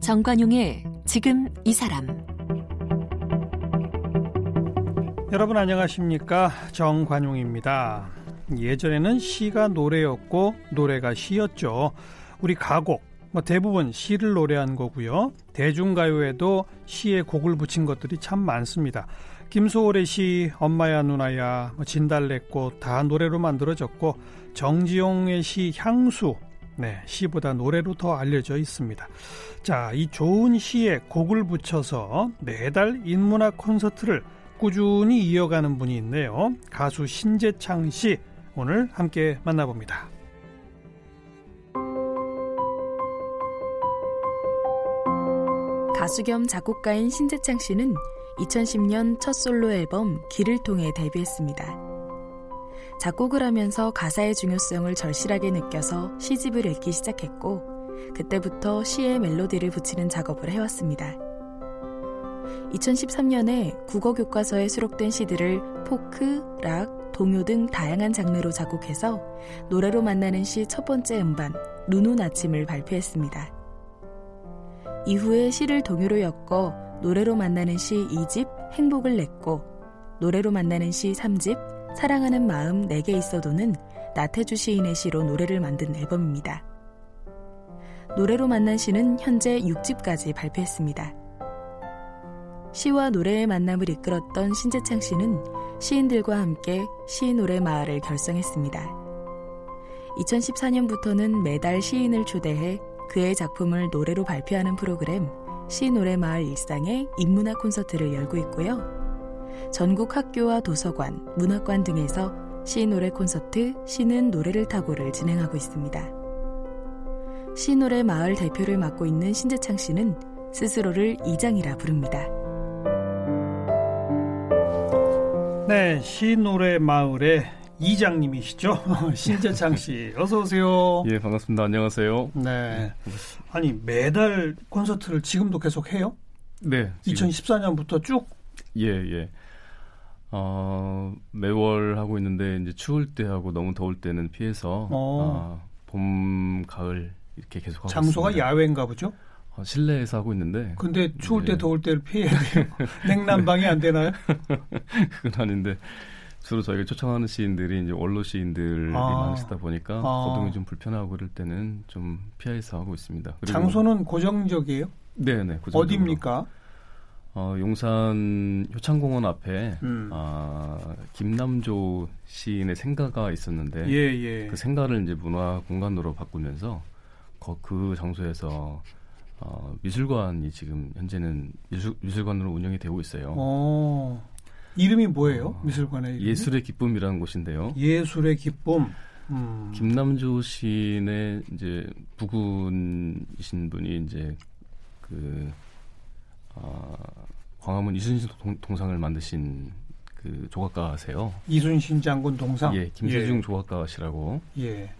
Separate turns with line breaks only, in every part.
정관용의 지금 이 사람
여러분 안녕하십니까 정관용입니다. 예전에는 시가 노래였고 노래가 시였죠. 우리 가곡 뭐 대부분 시를 노래한 거고요. 대중가요에도 시에 곡을 붙인 것들이 참 많습니다. 김소월의 시 엄마야 누나야 뭐 진달래꽃 다 노래로 만들어졌고 정지용의 시 향수 네, 시보다 노래로 더 알려져 있습니다. 자, 이 좋은 시에 곡을 붙여서 매달 인문학 콘서트를 꾸준히 이어가는 분이 있네요. 가수 신재창 씨 오늘 함께 만나봅니다.
가수 겸 작곡가인 신재창 씨는 2010년 첫 솔로 앨범 길을 통해 데뷔했습니다. 작곡을 하면서 가사의 중요성을 절실하게 느껴서 시집을 읽기 시작했고, 그때부터 시에 멜로디를 붙이는 작업을 해왔습니다. 2013년에 국어 교과서에 수록된 시들을 포크, 락, 동요 등 다양한 장르로 작곡해서 노래로 만나는 시 첫 번째 음반, 눈온 아침을 발표했습니다. 이후에 시를 동요로 엮어 노래로 만나는 시 2집 행복을 냈고 노래로 만나는 시 3집 사랑하는 마음 내게 있어도는 나태주 시인의 시로 노래를 만든 앨범입니다. 노래로 만난 시는 현재 6집까지 발표했습니다. 시와 노래의 만남을 이끌었던 신재창 씨는 시인들과 함께 시인 노래 마을을 결성했습니다. 2014년부터는 매달 시인을 초대해 그의 작품을 노래로 발표하는 프로그램 시 노래 마을 일상의 인문학 콘서트를 열고 있고요. 전국 학교와 도서관, 문학관 등에서 시 노래 콘서트 시는 노래를 타고를 진행하고 있습니다. 시 노래 마을 대표를 맡고 있는 신재창 씨는 스스로를 이장이라 부릅니다.
네, 시 노래 마을의 이장님이시죠. 신재창 씨. 어서 오세요.
예, 반갑습니다. 안녕하세요.
네. 아니, 매달 콘서트를 지금도 계속 해요?
네. 지금.
2014년부터 쭉?
예, 예. 어, 매월 하고 있는데 이제 추울 때 하고 너무 더울 때는 피해서
어.
아, 봄, 가을 이렇게 계속 하고
장소가
있습니다.
야외인가 보죠?
어, 실내에서 하고 있는데
근데 추울 때
예.
더울 때를 피해야 돼요. 냉난방이 안 되나요?
그건 아닌데 주로 저희가 초청하는 시인들이 이제 원로 시인들이
아.
많으시다 보니까
아.
거동이 좀 불편하고 그럴 때는 좀 피해서 하고 있습니다. 그리고-
장소는 고정적이에요?
네, 네. 그 정도로.
어디입니까?
어, 용산 효창공원 앞에
음.
아, 김남조 시인의 생가가 있었는데
예, 예.
그 생가를 이제 문화 공간으로 바꾸면서 거- 그 장소에서 어, 미술관이 지금 현재는 미술, 미술관으로 운영이 되고 있어요.
어. 이름이 뭐예요?
어,
미술관의 이름?
예술의 기쁨이라는 곳인데요.
예술의 기쁨. 음.
김남조 시인의 이제 부군이신 분이 이제 그 아, 광화문 이순신 동- 동상을 만드신 그 조각가세요.
이순신 장군 동상.
예, 김세중 조각가시라고
예. 예.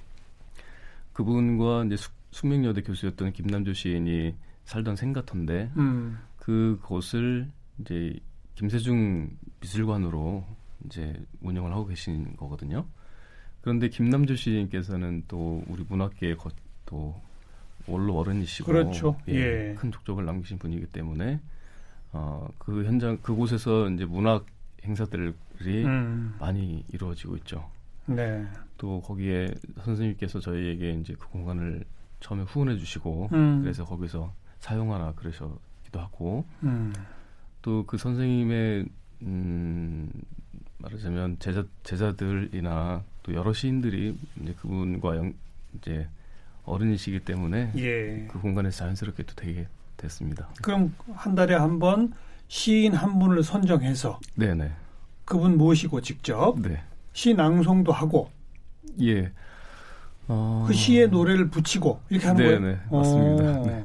그분과 이제 숙, 숙명여대 교수였던 김남조 시인이 살던 생가터인데
음.
그곳을 이제 김세중 미술관으로 이제 운영을 하고 계신 거거든요. 그런데 김남주 시인께서는 또 우리 문학계의 것, 또 원로 어른이시고
그렇죠.
예,
예.
큰 족적을 남기신 분이기 때문에 어, 그 현장 그곳에서 이제 문학 행사들이
음.
많이 이루어지고 있죠.
네.
또 거기에 선생님께서 저희에게 이제 그 공간을 처음에 후원해 주시고
음.
그래서 거기서 사용하라 그러셨기도 하고
음.
또 그 선생님의 음, 말하자면 제자 제자들이나 또 여러 시인들이 이제 그분과 연, 이제 어른이시기 때문에
예.
그 공간에서 자연스럽게 또 되게 됐습니다.
그럼 한 달에 한 번 시인 한 분을 선정해서
네네.
그분 모시고 직접
네.
시 낭송도 하고
예. 어,
그 시의 노래를 붙이고 이렇게 하는 거예요.
네네, 맞습니다.
어.
네.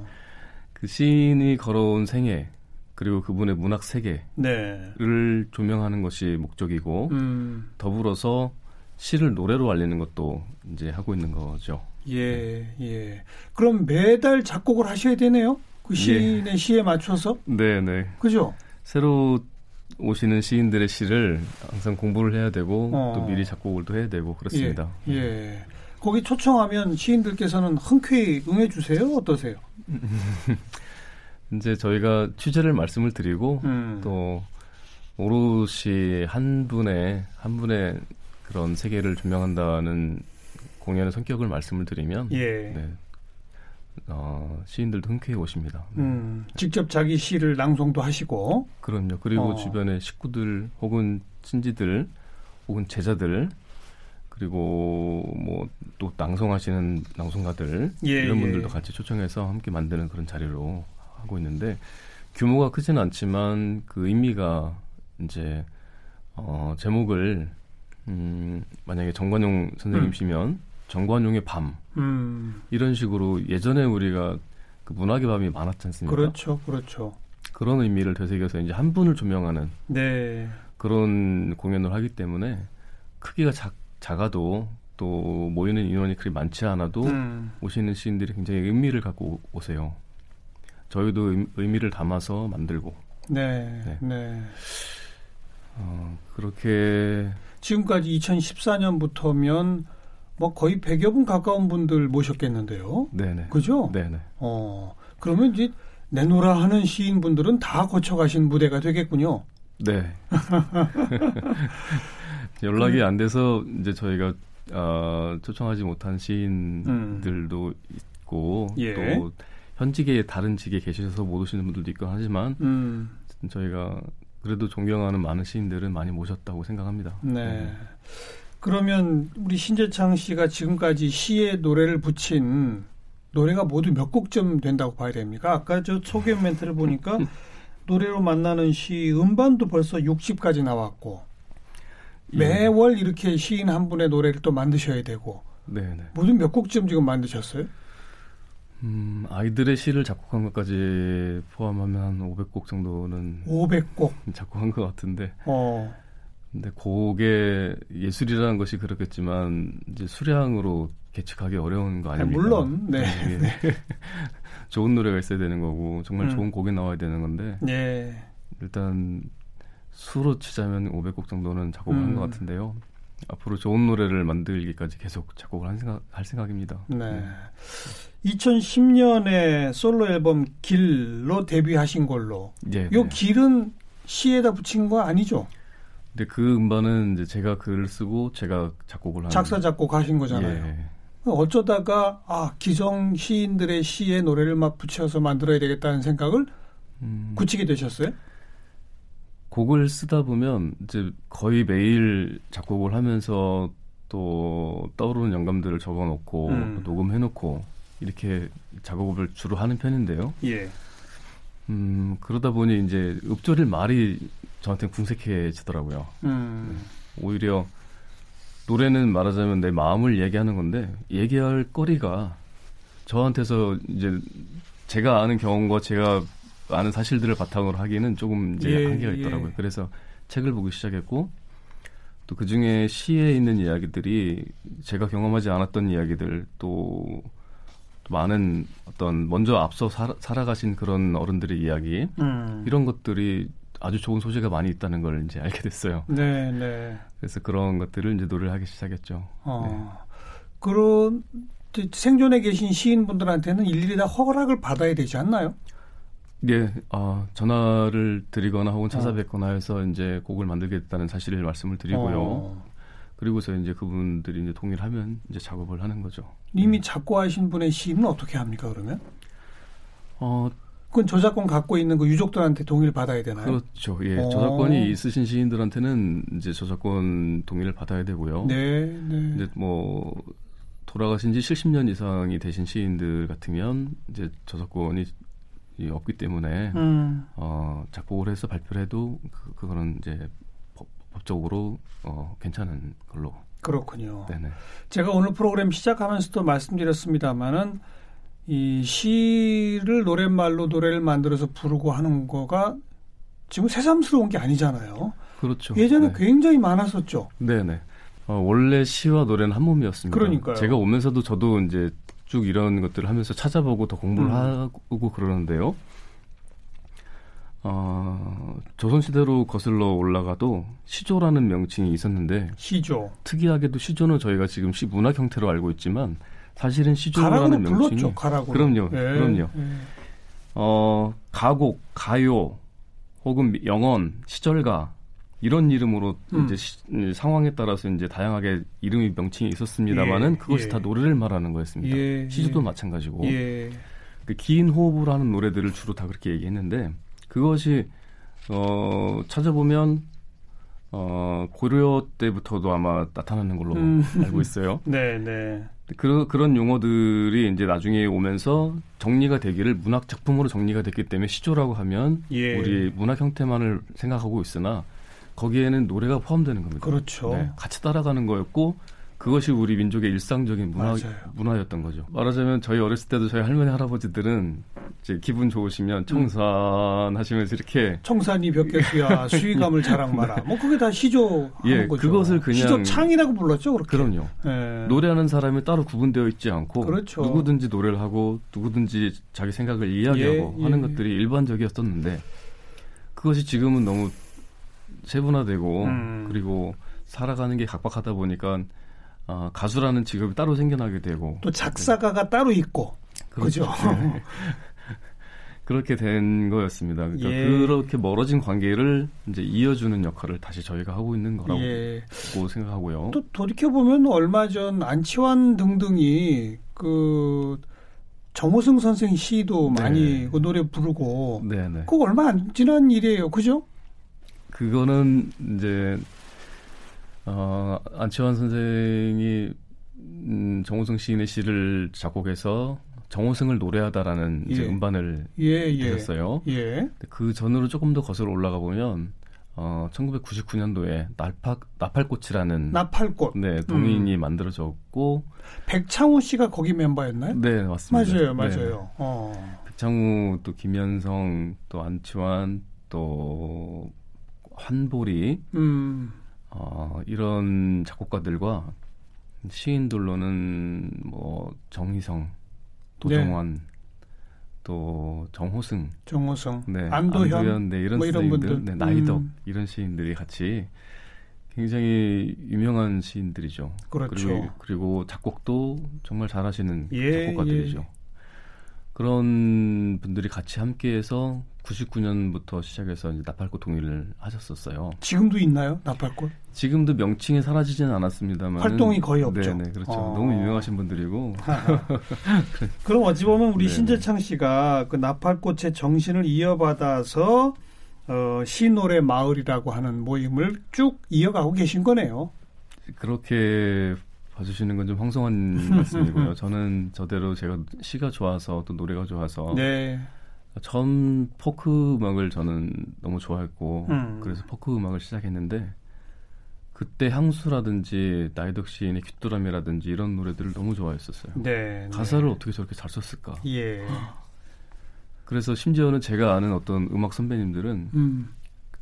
그 시인이 걸어온 생애 그리고 그분의 문학 세계를
네.
조명하는 것이 목적이고
음.
더불어서 시를 노래로 알리는 것도 이제 하고 있는 거죠.
예, 예. 그럼 매달 작곡을 하셔야 되네요. 그
예.
시인의 시에 맞춰서.
네네.
그죠?
새로 오시는 시인들의 시를 항상 공부를 해야 되고
어.
또 미리 작곡을 또 해야 되고 그렇습니다.
예. 예. 거기 초청하면 시인들께서는 흔쾌히 응해 주세요. 어떠세요?
네. 이제 저희가 취재를 말씀을 드리고
음.
또 오롯이 한 분의 한 분의 그런 세계를 조명한다는 공연의 성격을 말씀을 드리면
예.
네. 어, 시인들도 흔쾌히 오십니다. 네.
음, 직접 자기 시를 낭송도 하시고
그럼요. 그리고
어.
주변의 식구들 혹은 친지들 혹은 제자들 그리고 뭐 또 낭송하시는 낭송가들
예,
이런
예.
분들도 같이 초청해서 함께 만드는 그런 자리로 하고 있는데 규모가 크진 않지만 그 의미가 이제 어 제목을 음 만약에 정관용 선생님이시면 정관용의 밤
음,
이런 식으로 예전에 우리가 그 문학의 밤이 많았지 않습니까?
그렇죠, 그렇죠.
그런 의미를 되새겨서 이제 한 분을 조명하는
네,
그런 공연을 하기 때문에 크기가 작, 작아도 또 모이는 인원이 그리 많지 않아도
음,
오시는 시인들이 굉장히 의미를 갖고 오- 오세요. 저희도 의- 의미를 담아서 만들고
네, 네,
네. 어, 그렇게
지금까지 2014년부터면 뭐 거의 100여 분 가까운 분들 모셨겠는데요.
네네
그죠?
네네
어, 그러면 이제 내노라 하는 시인분들은 다 거쳐가신 무대가 되겠군요.
네 연락이 안 돼서 이제 저희가 어, 초청하지 못한 음.
음.
시인들도 있고
예.
또 현직에 다른 직에 계셔서 못 오시는 분들도 있고 하지만
음,
저희가 그래도 존경하는 많은 시인들은 많이 모셨다고 생각합니다.
네. 그러면 우리 신재창 씨가 지금까지 시에 노래를 붙인 노래가 모두 몇 곡쯤 된다고 봐야 됩니까? 아까 저 소개 멘트를 보니까 노래로 만나는 시 음반도 벌써 60까지 나왔고
예.
매월 이렇게 시인 한 분의 노래를 또 만드셔야 되고
네, 네.
모두 몇 곡쯤 지금 만드셨어요?
음, 아이들의 시를 작곡한 것까지 포함하면 한 500곡 정도는
500곡.
작곡한 것 같은데,
어.
근데 곡의 예술이라는 것이 그렇겠지만 이제 수량으로 계측하기 어려운 거
아,
아닙니까?
물론 네.
예. 좋은 노래가 있어야 되는 거고 정말
음.
좋은 곡이 나와야 되는 건데
네.
일단 수로 치자면 500곡 정도는 작곡을
음.
한 것 같은데요. 앞으로 좋은 노래를 만들기까지 계속 작곡을 한 생각, 할 생각입니다.
네. 2010년에 솔로 앨범 길로 데뷔하신 걸로.
예,
요
네.
길은 시에다 붙인 거 아니죠?
근데 그 음반은 이제 제가 글을 쓰고 제가 작곡을 하는
작사 작곡하신 거잖아요.
아, 네. 예.
어쩌다가 아 기성 시인들의 시에 노래를 막 붙여서 만들어야 되겠다는 생각을
음,
굳히게 되셨어요?
곡을 쓰다 보면 이제 거의 매일 작곡을 하면서 또 떠오르는 영감들을 적어놓고
음.
녹음해놓고 이렇게 작업을 주로 하는 편인데요.
예.
음, 그러다 보니 이제 읊조릴 말이 저한테 궁색해지더라고요.
음.
오히려 노래는 말하자면 내 마음을 얘기하는 건데 얘기할 거리가 저한테서 이제 제가 아는 경험과 제가 아는 사실들을 바탕으로 하기는 조금 이제
예,
한계가
예.
있더라고요. 그래서 책을 보기 시작했고 또 그 중에 시에 있는 이야기들이 제가 경험하지 않았던 이야기들 또, 또 많은 어떤 먼저 앞서 살, 살아가신 그런 어른들의 이야기
음.
네. 이런 것들이 아주 좋은 소재가 많이 있다는 걸 이제 알게 됐어요.
네, 네.
그래서 그런 것들을 이제 노래를 하기 시작했죠.
어.
네.
그런 이제 생존에 계신 시인분들한테는 일일이 다 허락을 받아야 되지 않나요?
예, 아, 전화를 드리거나 혹은 찾아뵙거나 해서 이제 곡을 만들겠다는 사실을 말씀을 드리고요.
어.
그리고서 이제 그분들이 이제 동의를 하면 이제 작업을 하는 거죠.
이미 작고하신 분의 시인은 어떻게 합니까 그러면?
어,
그건 저작권 갖고 있는 그 유족들한테 동의를 받아야 되나요?
그렇죠. 예,
어.
저작권이 있으신 시인들한테는 이제 저작권 동의를 받아야 되고요.
네, 네.
이제 뭐 돌아가신 지 70년 이상이 되신 시인들 같으면 이제 저작권이 이 없기 때문에
음,
어, 작곡을 해서 발표를 해도 그, 그거는 이제 법, 적으로 어, 괜찮은 걸로.
그렇군요.
네네.
제가 오늘 프로그램 시작하면서도 말씀드렸습니다만은 이 시를 노랫말로 노래를 만들어서 부르고 하는 거가 지금 새삼스러운 게 아니잖아요.
그렇죠.
예전에
네.
굉장히 많았었죠.
네네. 어, 원래 시와 노래는 한 몸이었습니다.
그러니까요.
제가 오면서도 저도 이제 쭉 이런 것들을 하면서 찾아보고 더 공부를
음.
하고 그러는데요. 어, 조선시대로 거슬러 올라가도 시조라는 명칭이 있었는데
시조.
특이하게도 시조는 저희가 지금 시 문학 형태로 알고 있지만 사실은 시조라는
가락으로
명칭이
불렀죠. 가락으로.
그럼요,
예,
그럼요.
예.
어, 어, 가곡, 가요, 혹은 미- 영언, 시절가 이런 이름으로
음.
이제 시- 이 상황에 따라서 이제 다양하게 이름이 명칭이 있었습니다만은
예,
그것이
예.
다 노래를 말하는 거였습니다.
예,
그러니까 시조도
예.
마찬가지고
예.
그 긴 호흡을 하는 노래들을 주로 다 그렇게 얘기했는데 그것이 어, 찾아보면 어, 고려 때부터도 아마 나타나는 걸로
음.
알고 있어요.
네, 네.
그, 그런 용어들이 이제 나중에 오면서 정리가 되기를 문학 작품으로 정리가 됐기 때문에 시조라고 하면
예.
우리 문학 형태만을 생각하고 있으나 거기에는 노래가 포함되는 겁니다. 네.
그렇죠.
같이 따라가는 거였고 그것이 우리 민족의 일상적인 문화,
맞아요.
문화였던 거죠. 말하자면 저희 어렸을 때도 저희 할머니 할아버지들은 이제 기분 좋으시면 청산 하시면서 이렇게
청산이 벽개수야 수위감을 자랑마라. 뭐 그게 다 시조
예,
거죠.
그것을 그냥-
시조 창이라고 불렀죠, 그렇게.
그럼요.
예.
노래하는 사람이 따로 구분되어 있지 않고
그렇죠.
누구든지 노래를 하고 누구든지 자기 생각을 이야기하고
예,
하는
예.
것들이 일반적이었었는데 그것이 지금은 너무 세분화되고
음.
그리고 살아가는 게 각박하다 보니까 아, 가수라는 직업이 따로 생겨나게 되고
또 작사가가 따로 있고.
그렇죠.
그죠.
네, 그렇게 된 거였습니다. 그러니까
예.
그렇게 멀어진 관계를 이제 이어주는 역할을 다시 저희가 하고 있는 거라고
예.
생각하고요.
또 돌이켜 보면 얼마 전 안치환 등등이 그 정호승 선생 시도
네.
많이 그 노래 부르고
네네.
그거 얼마 안 지난 일이에요, 그죠?
그거는 이제 어, 안치환 선생이 음, 정호승 시인의 시를 작곡해서 정호승을 노래하다라는 이제
예.
음반을
예, 예.
들었어요.
예.
근데 그 전으로 조금 더 거슬러 올라가 보면 어, 1999년도에 날파, 나팔꽃이라는
나팔꽃. 음.
네, 동인이 만들어졌고
백창호 씨가 거기 멤버였나요?
네 맞습니다.
맞아요,
네.
맞아요. 어.
백창우 또 김현성 또 안치환 또 환보리
음.
어, 이런 작곡가들과 시인들로는 뭐 정희성, 도정환,
네.
또 정호승,
정호성,
네,
안도현,
네, 이런
뭐 이런
시인들,
분들.
네, 나이덕
음.
이런 시인들이 같이 굉장히 유명한 시인들이죠.
그렇죠.
리고 그리고 작곡도 정말 잘하시는
예,
작곡가들이죠. 그런 분들이 같이 함께해서 99년부터 시작해서 이제 나팔꽃 동의를 하셨었어요.
지금도 있나요 나팔꽃?
지금도 명칭이 사라지지는 않았습니다만
활동이 거의 없죠.
네네 그렇죠.
어.
너무 유명하신 분들이고
그럼 어찌 보면 우리
네.
신재창 씨가 그 나팔꽃의 정신을 이어받아서 어, 시노래 마을이라고 하는 모임을 쭉 이어가고 계신 거네요.
그렇게 봐주시는 건 좀 황송한 말씀이고요. 저는 저대로 제가 시가 좋아서 또 노래가 좋아서
네,
처음 포크 음악을 저는 너무 좋아했고
음.
그래서 포크 음악을 시작했는데 그때 향수라든지 나이덕 시인의 귓두람이라든지 이런 노래들을 너무 좋아했었어요.
네,
가사를 어떻게 저렇게 잘 썼을까?
네. 예,
그래서 심지어는 제가 아는 어떤 음악 선배님들은
음,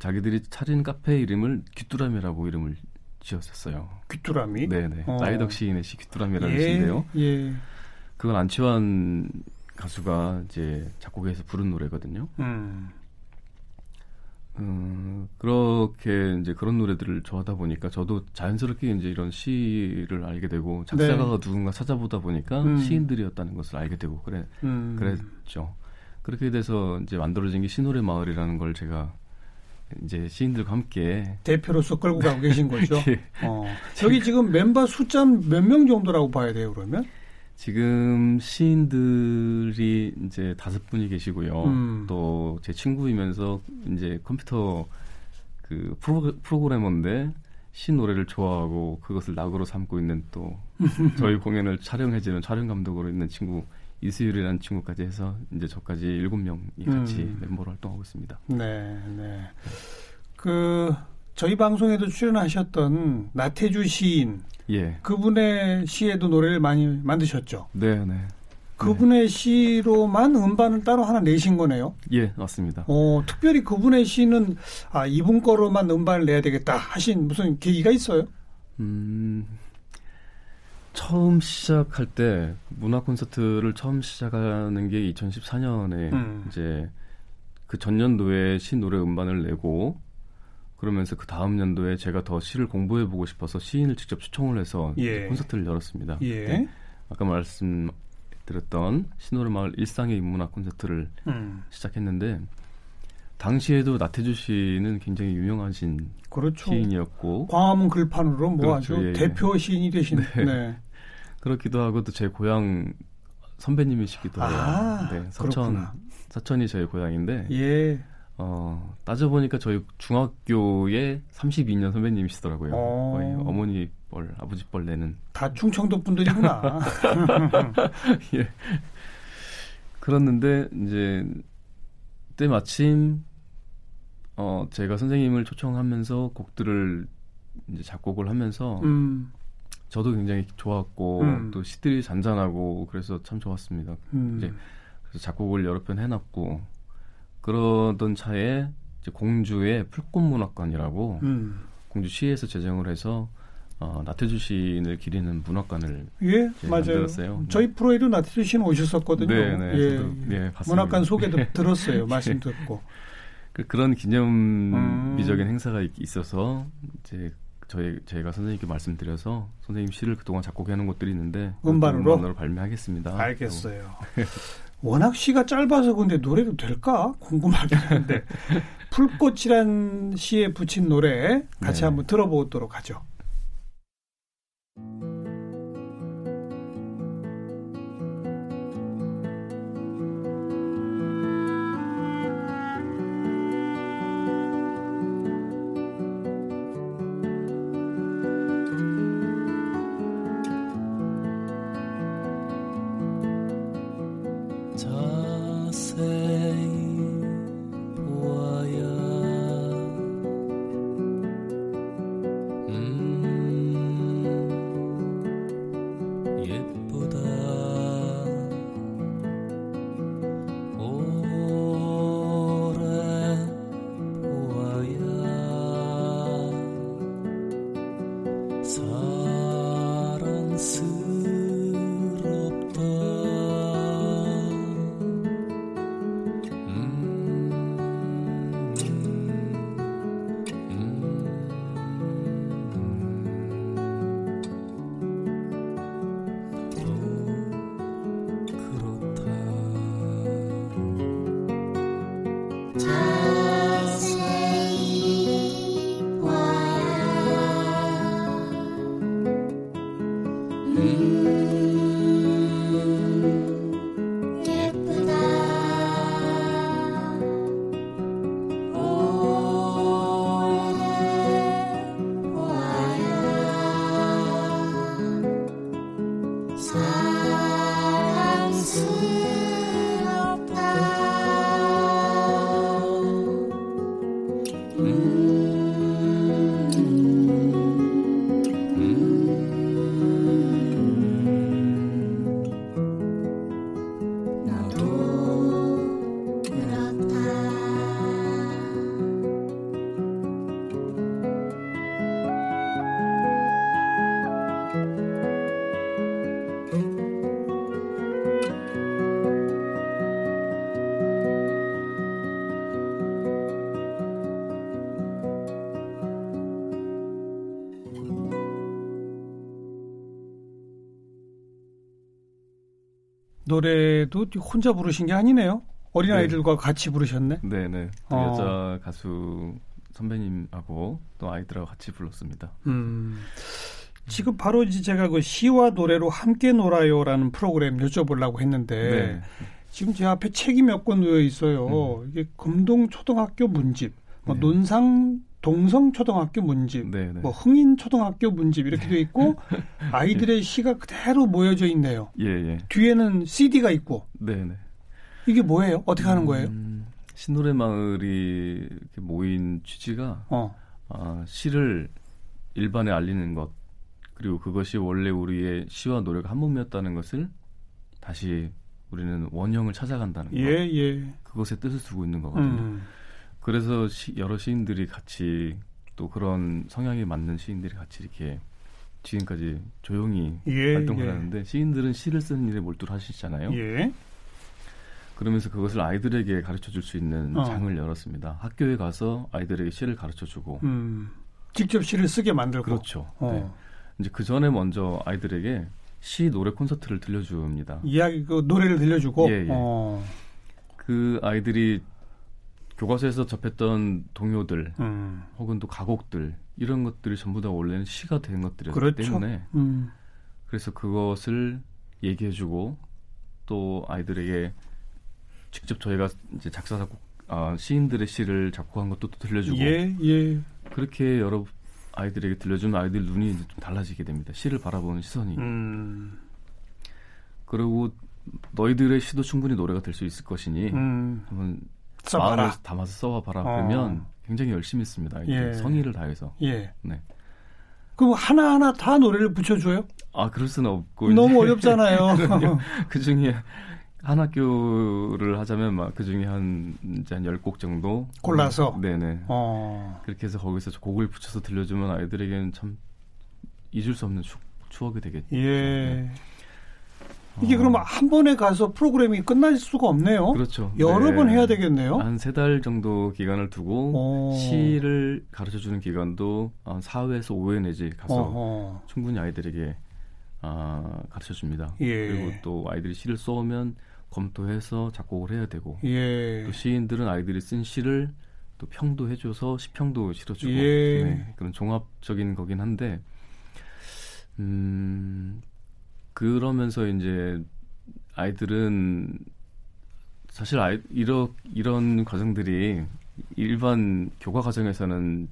자기들이 차린 카페 이름을 귀뚜라미라고 이름을 지었었어요.
귀뚜라미.
네네.
어.
나이덕 시인의 시 귀뚜라미라는
예,
시인데요.
예,
그건 안치환 가수가 이제 작곡해서 부른 노래거든요.
음,
음, 그렇게 이제 그런 노래들을 좋아하다 보니까 저도 자연스럽게 이제 이런 시를 알게 되고 작사가가 누군가 찾아보다 보니까
네. 음.
시인들이었다는 것을 알게 되고 그래
음.
그랬죠. 그렇게 돼서 이제 만들어진 게 신노래 마을이라는 걸 제가 이제 시인들과 함께
대표로서 끌고 가고 계신 거죠.
예.
어. 여기 지금 멤버 숫자 몇 명 정도라고 봐야 돼요, 그러면?
지금 시인들이 이제 다섯 분이 계시고요.
음.
또 제 친구이면서 이제 컴퓨터 그 프로, 프로그래머인데 시 노래를 좋아하고 그것을 낙으로 삼고 있는 또 저희 공연을 촬영해주는 촬영 감독으로 있는 친구 이수율이라는 친구까지 해서 이제 저까지 일곱 명이 같이
음.
멤버로 활동하고 있습니다.
네, 네. 그 저희 방송에도 출연하셨던 나태주 시인
예.
그분의 시에도 노래를 많이 만드셨죠.
네, 네.
그분의 시로만 음반을 따로 하나 내신 거네요.
예, 맞습니다.
어, 특별히 그분의 시는 아 이분 거로만 음반을 내야 되겠다 하신 무슨 계기가 있어요?
음, 처음 시작할 때 문화 콘서트를 처음 시작하는 게 2014년에
음.
이제 그 전년도에 시 노래 음반을 내고 그러면서 그 다음 연도에 제가 더 시를 공부해 보고 싶어서 시인을 직접 추청을 해서
예.
콘서트를 열었습니다.
예,
그때 아까 말씀 드렸던 신호를 마을 일상의 인문학 콘서트를
음.
시작했는데 당시에도 나태주 씨는 굉장히 유명하신
그렇죠.
시인이었고
광화문 글판으로 뭐
그렇죠,
아주
예, 예.
대표 시인이 되신 네.
그렇기도 하고 또 제 고향 선배님이시기도 해요.
아,
네, 서천 네.
그렇구나.
서천이 저희 고향인데
예.
어, 따져보니까 저희 중학교에 32년 선배님이시더라고요.
어.
거의 어머니 뻘, 아버지 뻘 내는.
다 충청도 분들이구나.
예. 그랬는데 이제 때마침 어, 제가 선생님을 초청하면서 곡들을 이제 작곡을 하면서
음.
저도 굉장히 좋았고
음.
또 시들이 잔잔하고 그래서 참 좋았습니다.
음.
이제 그래서 작곡을 여러 편 해놨고 그러던 차에 이제 공주의 풀꽃문학관이라고
음.
공주시에서 제정을 해서 어, 나태주 시인을 기리는 문학관을
예,
이제
맞아요.
만들었어요. 네.
저희 프로에도 나태주 씨는 오셨었거든요.
네, 네,
예.
저도, 예, 봤습니다. 네.
문학관 소개도 들었어요. 말씀 듣고.
그- 그런
음.
기념비적인 행사가 있- 있어서 이제 저희 제가 선생님께 말씀드려서 선생님 시를 그동안 작곡해 놓은 것들이 있는데
음반으로?
발매하겠습니다.
알겠어요. 워낙 시가 짧아서 근데 노래도 될까 궁금하긴 한데 풀꽃이란 시에 붙인 노래 같이
네.
한번 들어보도록 하죠.
자세히 보아야 음 예쁘다 오래 보아야 사랑스럽다
예쁘다 오늘 보아야 사랑스럽다 나도 그렇다
노래도 혼자 부르신 게 아니네요. 어린 아이들과 같이 부르셨네.
네, 네. 또
어.
여자 가수 선배님하고 또 아이들하고 같이 불렀습니다.
음. 지금 바로 이제 제가 그 시와 노래로 함께 놀아요라는 프로그램 여쭤보려고 했는데
네.
지금 제 앞에 책이 몇 권 놓여 있어요. 이게 금동 초등학교 문집, 뭐
음. 네.
논상 동성 초등학교 문집,
네, 네.
뭐 흥인 초등학교 문집 이렇게 돼 있고
네.
아이들의 시가 그대로 모여져 있네요.
예, 예.
뒤에는 CD가 있고
네, 네.
이게 뭐예요? 어떻게 하는 거예요?
음, 신노래 마을이 이렇게 모인 취지가
어,
아, 시를 일반에 알리는 것 그리고 그것이 원래 우리의 시와 노래가 한 몸이었다는 것을 다시 우리는 원형을 찾아간다는 것
예, 예.
그것의 뜻을 두고 있는 거거든요.
음.
그래서 시, 여러 시인들이 같이 또 그런 성향이 맞는 시인들이 같이 이렇게 지금까지 조용히
예,
활동을
예.
하는데 시인들은 시를 쓰는 일에 몰두를 하시잖아요.
예.
그러면서 그것을 아이들에게 가르쳐 줄 수 있는
어.
장을 열었습니다. 학교에 가서 아이들에게 시를 가르쳐 주고
음. 직접 시를 쓰게 만들고.
그렇죠.
음. 어.
네. 이제 그 전에 먼저 아이들에게 시 노래 콘서트를 들려줍니다.
이야기 그 노래를 들려주고
예, 예.
어,
그 아이들이 교과서에서 접했던 동요들
음,
혹은 또 가곡들 이런 것들이 전부 다 원래는 시가 된 것들이기
그렇죠.
때문에
음,
그래서 그것을 얘기해주고 또 아이들에게 직접 저희가 이제 작사 작곡 아, 시인들의 시를 작곡한 것도 또 들려주고
예, 예.
그렇게 여러 아이들에게 들려주면 아이들 눈이 이제 좀 달라지게 됩니다. 시를 바라보는 시선이
음,
그리고 너희들의 시도 충분히 노래가 될 수 있을 것이니
음,
한번 예. 마음을
써봐라.
담아서 써와 봐라
어.
그러면 굉장히 열심히 씁니다. 이제
예.
성의를 다해서
예.
네.
그럼 하나하나 다 노래를 붙여줘요?
아 그럴 수는 없고
너무 어렵잖아요.
그 중에 한 학교를 하자면 막 그 중에 한 이제 한 열 곡 정도 음,
골라서?
네네
어,
그렇게 해서 거기서 곡을 붙여서 들려주면 아이들에게는 참 잊을 수 없는 추, 추억이 되겠죠.
예.
네. 어,
이게 그럼 한 번에 가서 프로그램이 끝날 수가 없네요.
그렇죠.
어? 여러
네.
번 해야 되겠네요.
한 세 달 정도 기간을 두고
어.
시를 가르쳐 주는 기간도 한 4회에서 5회 내지 가서
어허.
충분히 아이들에게 아, 가르쳐 줍니다.
예.
그리고 또 아이들이 시를 써오면 검토해서 작곡을 해야 되고
예.
또 시인들은 아이들이 쓴 시를 또 평도해줘서 시평도 실어주고
예.
네, 그런 종합적인 거긴 한데 음 그러면서 이제 아이들은 사실 아이 이러, 이런 과정들이 일반 교과 과정에서는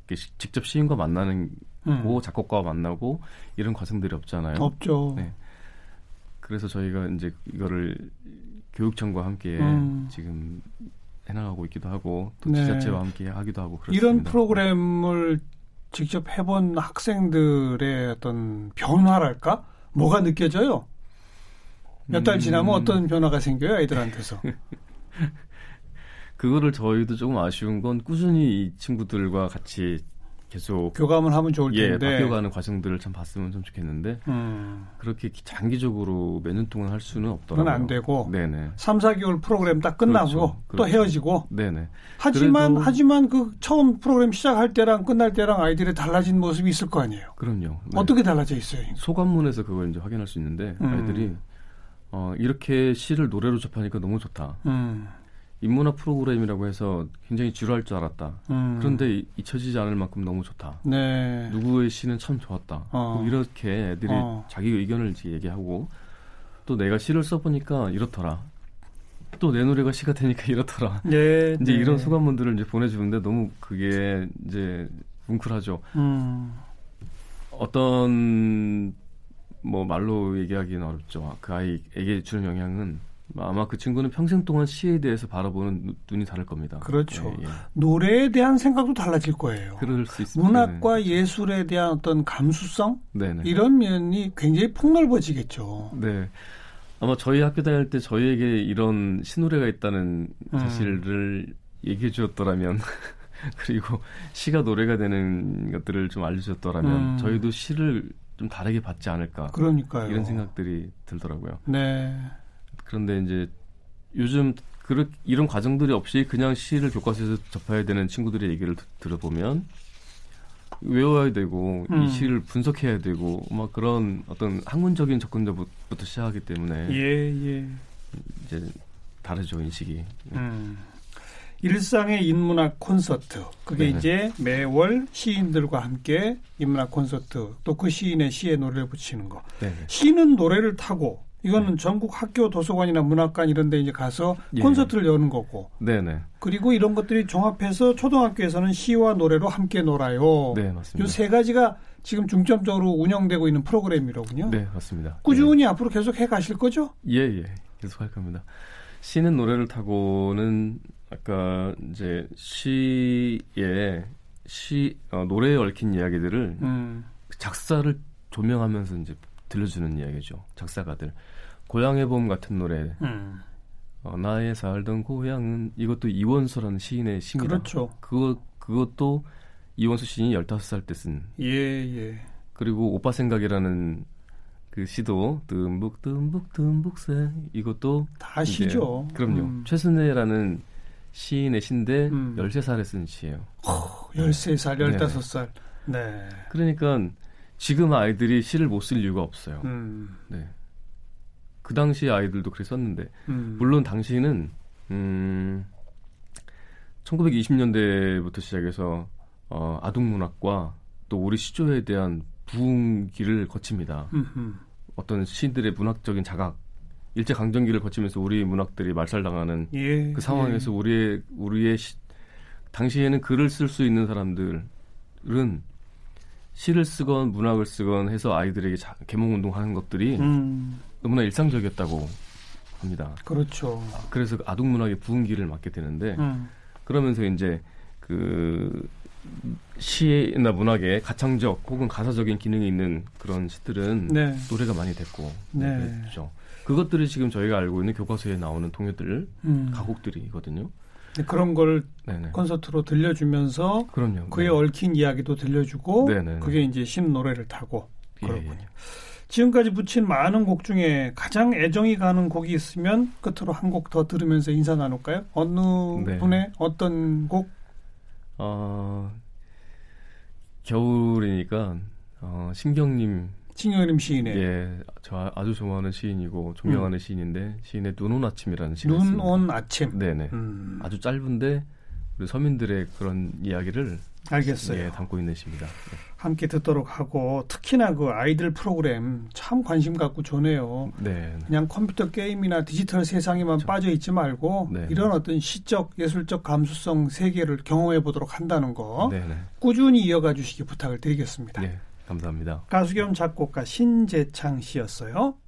이렇게 시- 직접 시인과 만나는
음.
고 작곡가와 만나고 이런 과정들이 없잖아요.
없죠.
네. 그래서 저희가 이제 이거를 교육청과 함께
음.
지금 해나가고 있기도 하고 또
네.
지자체와 함께 하기도 하고 그렇습니다.
이런 프로그램을 직접 해본 학생들의 어떤 변화랄까? 뭐가 느껴져요? 몇 달
음,
지나면 어떤 변화가 생겨요, 아이들한테서?
그거를 저희도 조금 아쉬운 건 꾸준히 이 친구들과 같이 계속
교감을 하면 좋을
예
텐데.
바뀌어가는 과정들을 참 봤으면 참 좋겠는데
음,
그렇게 기- 장기적으로 몇 년 동안 할 수는 없더라고요.
그건 안 되고.
네네.
삼 3, 4개월 프로그램 딱 끝나고
그렇죠,
또
그렇죠.
헤어지고.
네네.
하지만,
그래도-
하지만 그 처음 프로그램 시작할 때랑 끝날 때랑 아이들이 달라진 모습이 있을 거 아니에요?
그럼요. 네.
어떻게 달라져 있어요?
소감문에서 그걸 이제 확인할 수 있는데
음.
아이들이 어, 이렇게 시를 노래로 접하니까 너무 좋다.
음,
인문학 프로그램이라고 해서 굉장히 지루할 줄 알았다.
음.
그런데 이- 잊혀지지 않을 만큼 너무 좋다.
네.
누구의 시는 참 좋았다.
어.
뭐 이렇게 애들이
어.
자기 의견을 이제 얘기하고 또 내가 시를 써보니까 이렇더라. 또 내 노래가 시가 되니까 이렇더라.
네, 네.
이제 이런 소감문들을 이제 보내주는데 너무 그게 이제 뭉클하죠.
음.
어떤 뭐 말로 얘기하기는 어렵죠. 그 아이에게 주는 영향은 아마 그 친구는 평생 동안 시에 대해서 바라보는 눈- 눈이 다를 겁니다.
그렇죠.
예, 예.
노래에 대한 생각도 달라질 거예요.
그럴 수 있습니다.
문학과 예술에 대한 어떤 감수성
네, 네.
이런 면이 굉장히 폭넓어지겠죠.
네. 아마 저희 학교 다닐 때 저희에게 이런 신노래가 있다는
음.
사실을 얘기해 주었더라면 그리고 시가 노래가 되는 것들을 좀 알려주셨더라면
음.
저희도 시를 좀 다르게 받지 않을까
그러니까요.
이런 생각들이 들더라고요.
네.
그런데 이제 요즘 그렇 이런 과정들이 없이 그냥 시를 교과서에서 접해야 되는 친구들의 얘기를 드- 들어보면 외워야 되고
음.
이 시를 분석해야 되고 막 그런 어떤 학문적인 접근자부터 시작하기 때문에
예, 예.
이제 다르죠 인식이.
음. 일상의 인문학 콘서트. 그게
네네.
이제 매월 시인들과 함께 인문학 콘서트 또 그 시인의 시에 노래를 붙이는 거.
네.
시는 노래를 타고 이거는 전국 학교 도서관이나 문학관 이런 데 이제 가서
예.
콘서트를 여는 거고.
네네.
그리고 이런 것들이 종합해서 초등학교에서는 시와 노래로 함께 놀아요.
네 맞습니다.
요 세 가지가 지금 중점적으로 운영되고 있는 프로그램이로군요.
네 맞습니다.
어? 꾸준히 앞으로 계속 해 가실 거죠?
예예 계속 할 겁니다. 시는 노래를 타고는 아까 이제 시의 시 어, 노래에 얽힌 이야기들을
음.
그 작사를 조명하면서 이제 들려주는 이야기죠. 작사가들. 고향의 봄 같은 노래.
음.
어, 나의 살던 고향은 이것도 이원수라는 시인의 시입니다.
그렇죠.
그거 그것도 이원수 시인이 15살 때 쓴.
예, 예.
그리고 오빠 생각이라는 그 시도 듬북 듬북 듬북새 이것도
다
이제-
아, 시죠.
네, 그럼요.
음.
최순애라는 시인의 시인데
음.
13살에 쓴 시예요.
13살, 15살. 네.
그러니까 지금 아이들이 시를 못 쓸 이유가 없어요.
음,
네. 그 당시 아이들도 그랬었는데
음.
물론 당시는 음 1920년대부터 시작해서 어, 아동 문학과 또 우리 시조에 대한 부흥기를 거칩니다.
음, 음.
어떤 시들의 문학적인 자각, 일제 강점기를 거치면서 우리 문학들이 말살당하는
예,
그 상황에서 우리의 우리의 시, 당시에는 글을 쓸 수 있는 사람들은 시를 쓰건 문학을 쓰건 해서 아이들에게 자, 개몽 운동하는 것들이
예. 음,
너무나 일상적이었다고 합니다.
그렇죠.
그래서 그 아동 문학의 부흥기를 맞게 되는데
음,
그러면서 이제 그 시나 문학에 가창적 혹은 가사적인 기능이 있는 그런 시들은
네.
노래가 많이 됐고
네.
그렇죠. 그것들이 지금 저희가 알고 있는 교과서에 나오는 동요들
음.
가곡들이거든요.
근데 그런 걸
네네.
콘서트로 들려주면서
그럼요.
그에
네.
얽힌 이야기도 들려주고
네네.
그게 이제 신 노래를 타고
예,
그렇군요. 지금까지 붙인 많은 곡 중에 가장 애정이 가는 곡이 있으면 끝으로 한 곡 더 들으면서 인사 나눌까요? 어느
네.
분의 어떤 곡?
어, 겨울이니까 어, 신경님
신영림 시인의
예, 저 아- 아주 좋아하는 시인이고 존경하는 시인인데 시인의 눈 온 아침이라는 시를
음. 눈
했습니다.
온 아침.
네네.
음,
아주 짧은데 우리 서민들의 그런 이야기를
알겠어요.
예, 담고 있는 시입니다.
함께 듣도록 하고 특히나 그 아이들 프로그램 참 관심 갖고 좋네요.
네.
그냥 컴퓨터 게임이나 디지털 세상에만 빠져 있지 말고
그렇죠. 네.
이런 어떤 시적 예술적 감수성 세계를 경험해 보도록 한다는 거
네, 예, 네.
꾸준히 이어가 주시기 부탁을 드리겠습니다.
네. 감사합니다.
가수 겸 작곡가 신재창 씨였어요.